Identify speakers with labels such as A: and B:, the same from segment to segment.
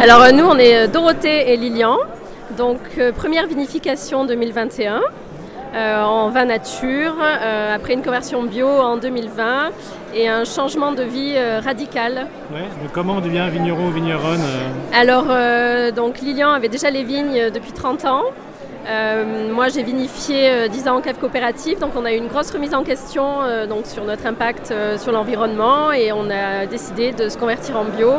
A: Alors euh, nous, on est euh, Dorothée et Lilian. Donc euh, première vinification 2021 euh, en vin nature, euh, après une conversion bio en 2020 et un changement de vie euh, radical.
B: Ouais, mais comment on devient vigneron ou vigneronne euh,
A: Alors euh, donc Lilian avait déjà les vignes depuis 30 ans. Euh, moi j'ai vinifié euh, 10 ans en cave coopérative, donc on a eu une grosse remise en question euh, donc sur notre impact euh, sur l'environnement et on a décidé de se convertir en bio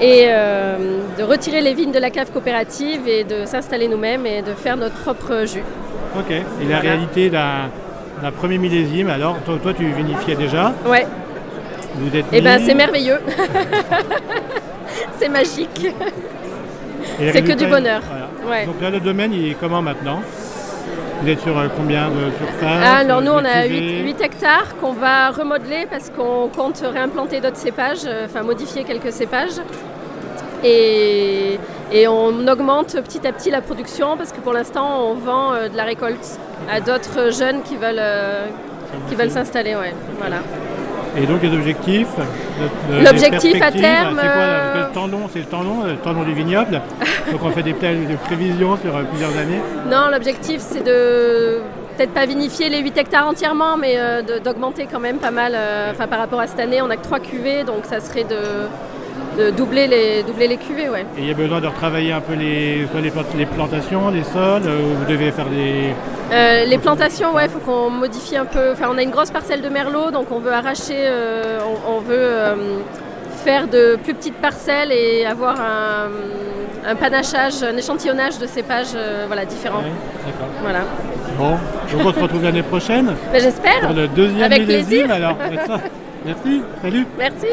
A: et euh, de retirer les vignes de la cave coopérative et de s'installer nous-mêmes et de faire notre propre jus.
B: Ok. Et
A: Voilà.
B: la réalité d'un d'un premier millésime, alors toi, toi, tu vinifiais déjà,
A: Ouais,
B: vous êtes
A: et ben
B: mis,
A: c'est merveilleux. c'est magique.
B: et les
A: c'est que du
B: résultats,
A: bonheur.
B: voilà.
A: Ouais.
B: Donc là, le domaine, il est comment maintenant Vous êtes sur euh, combien de surface
A: Ah, alors nous,
B: de
A: on a
B: cuvées
A: 8, hectares qu'on va remodeler parce qu'on compte réimplanter d'autres cépages, euh, enfin modifier quelques cépages. Et, et on augmente petit à petit la production parce que pour l'instant, on vend euh, de la récolte à d'autres jeunes qui veulent, euh, qui veulent s'installer. Ouais, voilà.
B: Et donc les objectifs de- de- les
A: L'objectif à
B: perspectives,
A: terme,
B: C'est quoi
A: euh,
B: parce que le tendon C'est le tendon, euh, le tendon du vignoble. donc on fait des, plans- des prévisions sur euh, plusieurs années.
A: Non, l'objectif, c'est de peut-être pas vinifier les 8 hectares entièrement, mais euh, de- d'augmenter quand même pas mal. euh, Enfin, par rapport à cette année, on a que 3 cuvées, donc ça serait de, de doubler, les, doubler les cuvées, ouais.
B: Et il y a besoin de retravailler un peu les, soit les, plant- les plantations, les sols, euh, vous devez faire des...
A: Euh, les plantations, ouais, faut qu'on modifie un peu. Enfin, on a une grosse parcelle de merlot, donc on veut arracher, euh, on, on veut euh, faire de plus petites parcelles et avoir un, un panachage, un échantillonnage de cépages, euh, voilà, différents.
B: Ouais, d'accord.
A: Voilà.
B: Bon, donc on se retrouve l'année prochaine
A: Ben,
B: pour
A: J'espère.
B: le deuxième
A: Avec
B: millésime
A: plaisir.
B: alors. Merci, salut
A: Merci.